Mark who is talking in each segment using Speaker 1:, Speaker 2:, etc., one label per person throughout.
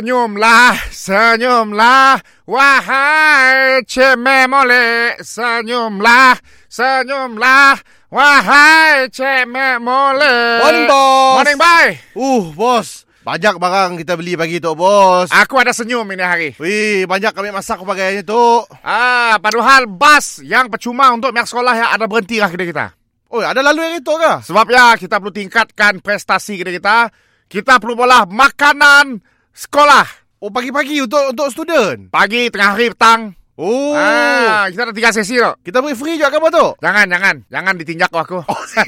Speaker 1: Senyumlah, senyumlah, wahai cemeh molek. Senyumlah, senyumlah, wahai cemeh molek.
Speaker 2: Morning, boss.
Speaker 1: Morning, bye.
Speaker 2: Uh, bos. Banyak barang kita beli pagi tu, bos.
Speaker 1: Aku ada senyum ini hari.
Speaker 2: Wih, banyak kami masak pakaiannya tu.
Speaker 1: Ah, padahal bas yang percuma untuk pihak sekolah yang ada berhenti lah kedai kita.
Speaker 2: Oh, ada lalu yang itu ke?
Speaker 1: Sebab ya kita perlu tingkatkan prestasi kedai kita. Kita perlu bola makanan sekolah.
Speaker 2: Oh, pagi-pagi untuk untuk student.
Speaker 1: Pagi, tengah hari, petang.
Speaker 2: Oh.
Speaker 1: Ah, kita ada tiga sesi tu.
Speaker 2: Kita beri free juga ke apa tu?
Speaker 1: Jangan, jangan. Jangan ditinjak aku.
Speaker 2: Oh, si,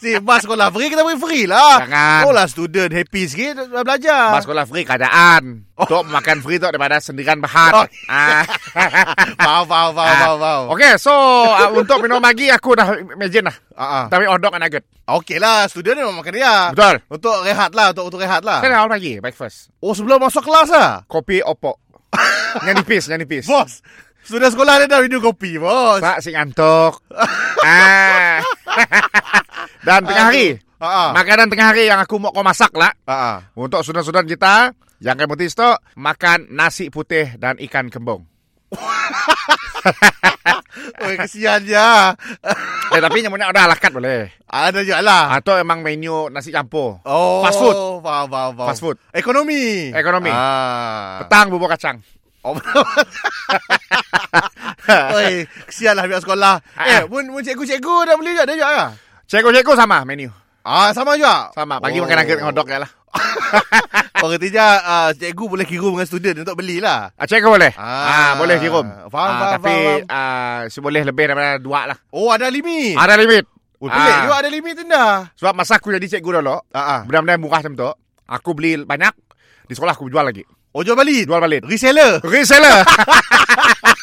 Speaker 2: si bas sekolah free kita beri free lah.
Speaker 1: Jangan.
Speaker 2: Oh lah student happy sikit dah belajar.
Speaker 1: Pas sekolah free keadaan. Oh. Tok makan free tok daripada sendirian bahat.
Speaker 2: Oh.
Speaker 1: Ah.
Speaker 2: Wow, wow, wow, wow, wow.
Speaker 1: Okey, so uh, untuk minum pagi aku dah imagine dah.
Speaker 2: Ah, ah.
Speaker 1: Tapi odok and nugget.
Speaker 2: Okey lah, student memang makan dia.
Speaker 1: Betul.
Speaker 2: Untuk rehat lah, untuk, untuk rehat lah.
Speaker 1: Saya dah awal pagi breakfast.
Speaker 2: Oh, sebelum masuk kelas lah.
Speaker 1: Kopi opo. yang nipis, yang nipis.
Speaker 2: Bos, student sekolah dia dah minum kopi, bos.
Speaker 1: Tak si ngantuk. ah. Dan tengah hari.
Speaker 2: Ah, ah.
Speaker 1: Makanan tengah hari yang aku mau kau masak lah.
Speaker 2: Ah, ah.
Speaker 1: Untuk sudan-sudan kita, yang kayak putih stok, makan nasi putih dan ikan kembung.
Speaker 2: Oh, kesian dia.
Speaker 1: eh, tapi nyamunya ada alakat boleh.
Speaker 2: Ada juga lah.
Speaker 1: Atau emang menu nasi campur.
Speaker 2: Oh,
Speaker 1: Fast food.
Speaker 2: Faham, faham, faham.
Speaker 1: Fast food.
Speaker 2: Ekonomi.
Speaker 1: Ekonomi.
Speaker 2: Oh. Ah.
Speaker 1: Petang bubur kacang.
Speaker 2: Oh, Oi, kesian lah pihak sekolah.
Speaker 1: Ah.
Speaker 2: Eh, pun, pun cikgu-cikgu dah beli juga, dah juga lah.
Speaker 1: Cikgu-cikgu sama menu.
Speaker 2: Ah, sama juga.
Speaker 1: Sama. Pagi makan nugget dengan hotdog je lah.
Speaker 2: Oh, ketiga, ah, cikgu boleh kirim dengan student untuk belilah.
Speaker 1: Ah, cikgu boleh? Ah,
Speaker 2: Ah.
Speaker 1: boleh dirum.
Speaker 2: Faham, faham,
Speaker 1: Tapi
Speaker 2: faham,
Speaker 1: ah, si boleh lebih daripada dua lah.
Speaker 2: Oh, ada limit.
Speaker 1: Ada limit.
Speaker 2: Oh, pelik
Speaker 1: Ah.
Speaker 2: juga ada limit dah.
Speaker 1: Sebab masa aku jadi cikgu dulu,
Speaker 2: Ah, ah.
Speaker 1: benda-benda yang murah macam tu, aku beli banyak, di sekolah aku jual lagi.
Speaker 2: Oh, jual balik.
Speaker 1: Jual balik.
Speaker 2: Reseller.
Speaker 1: Reseller.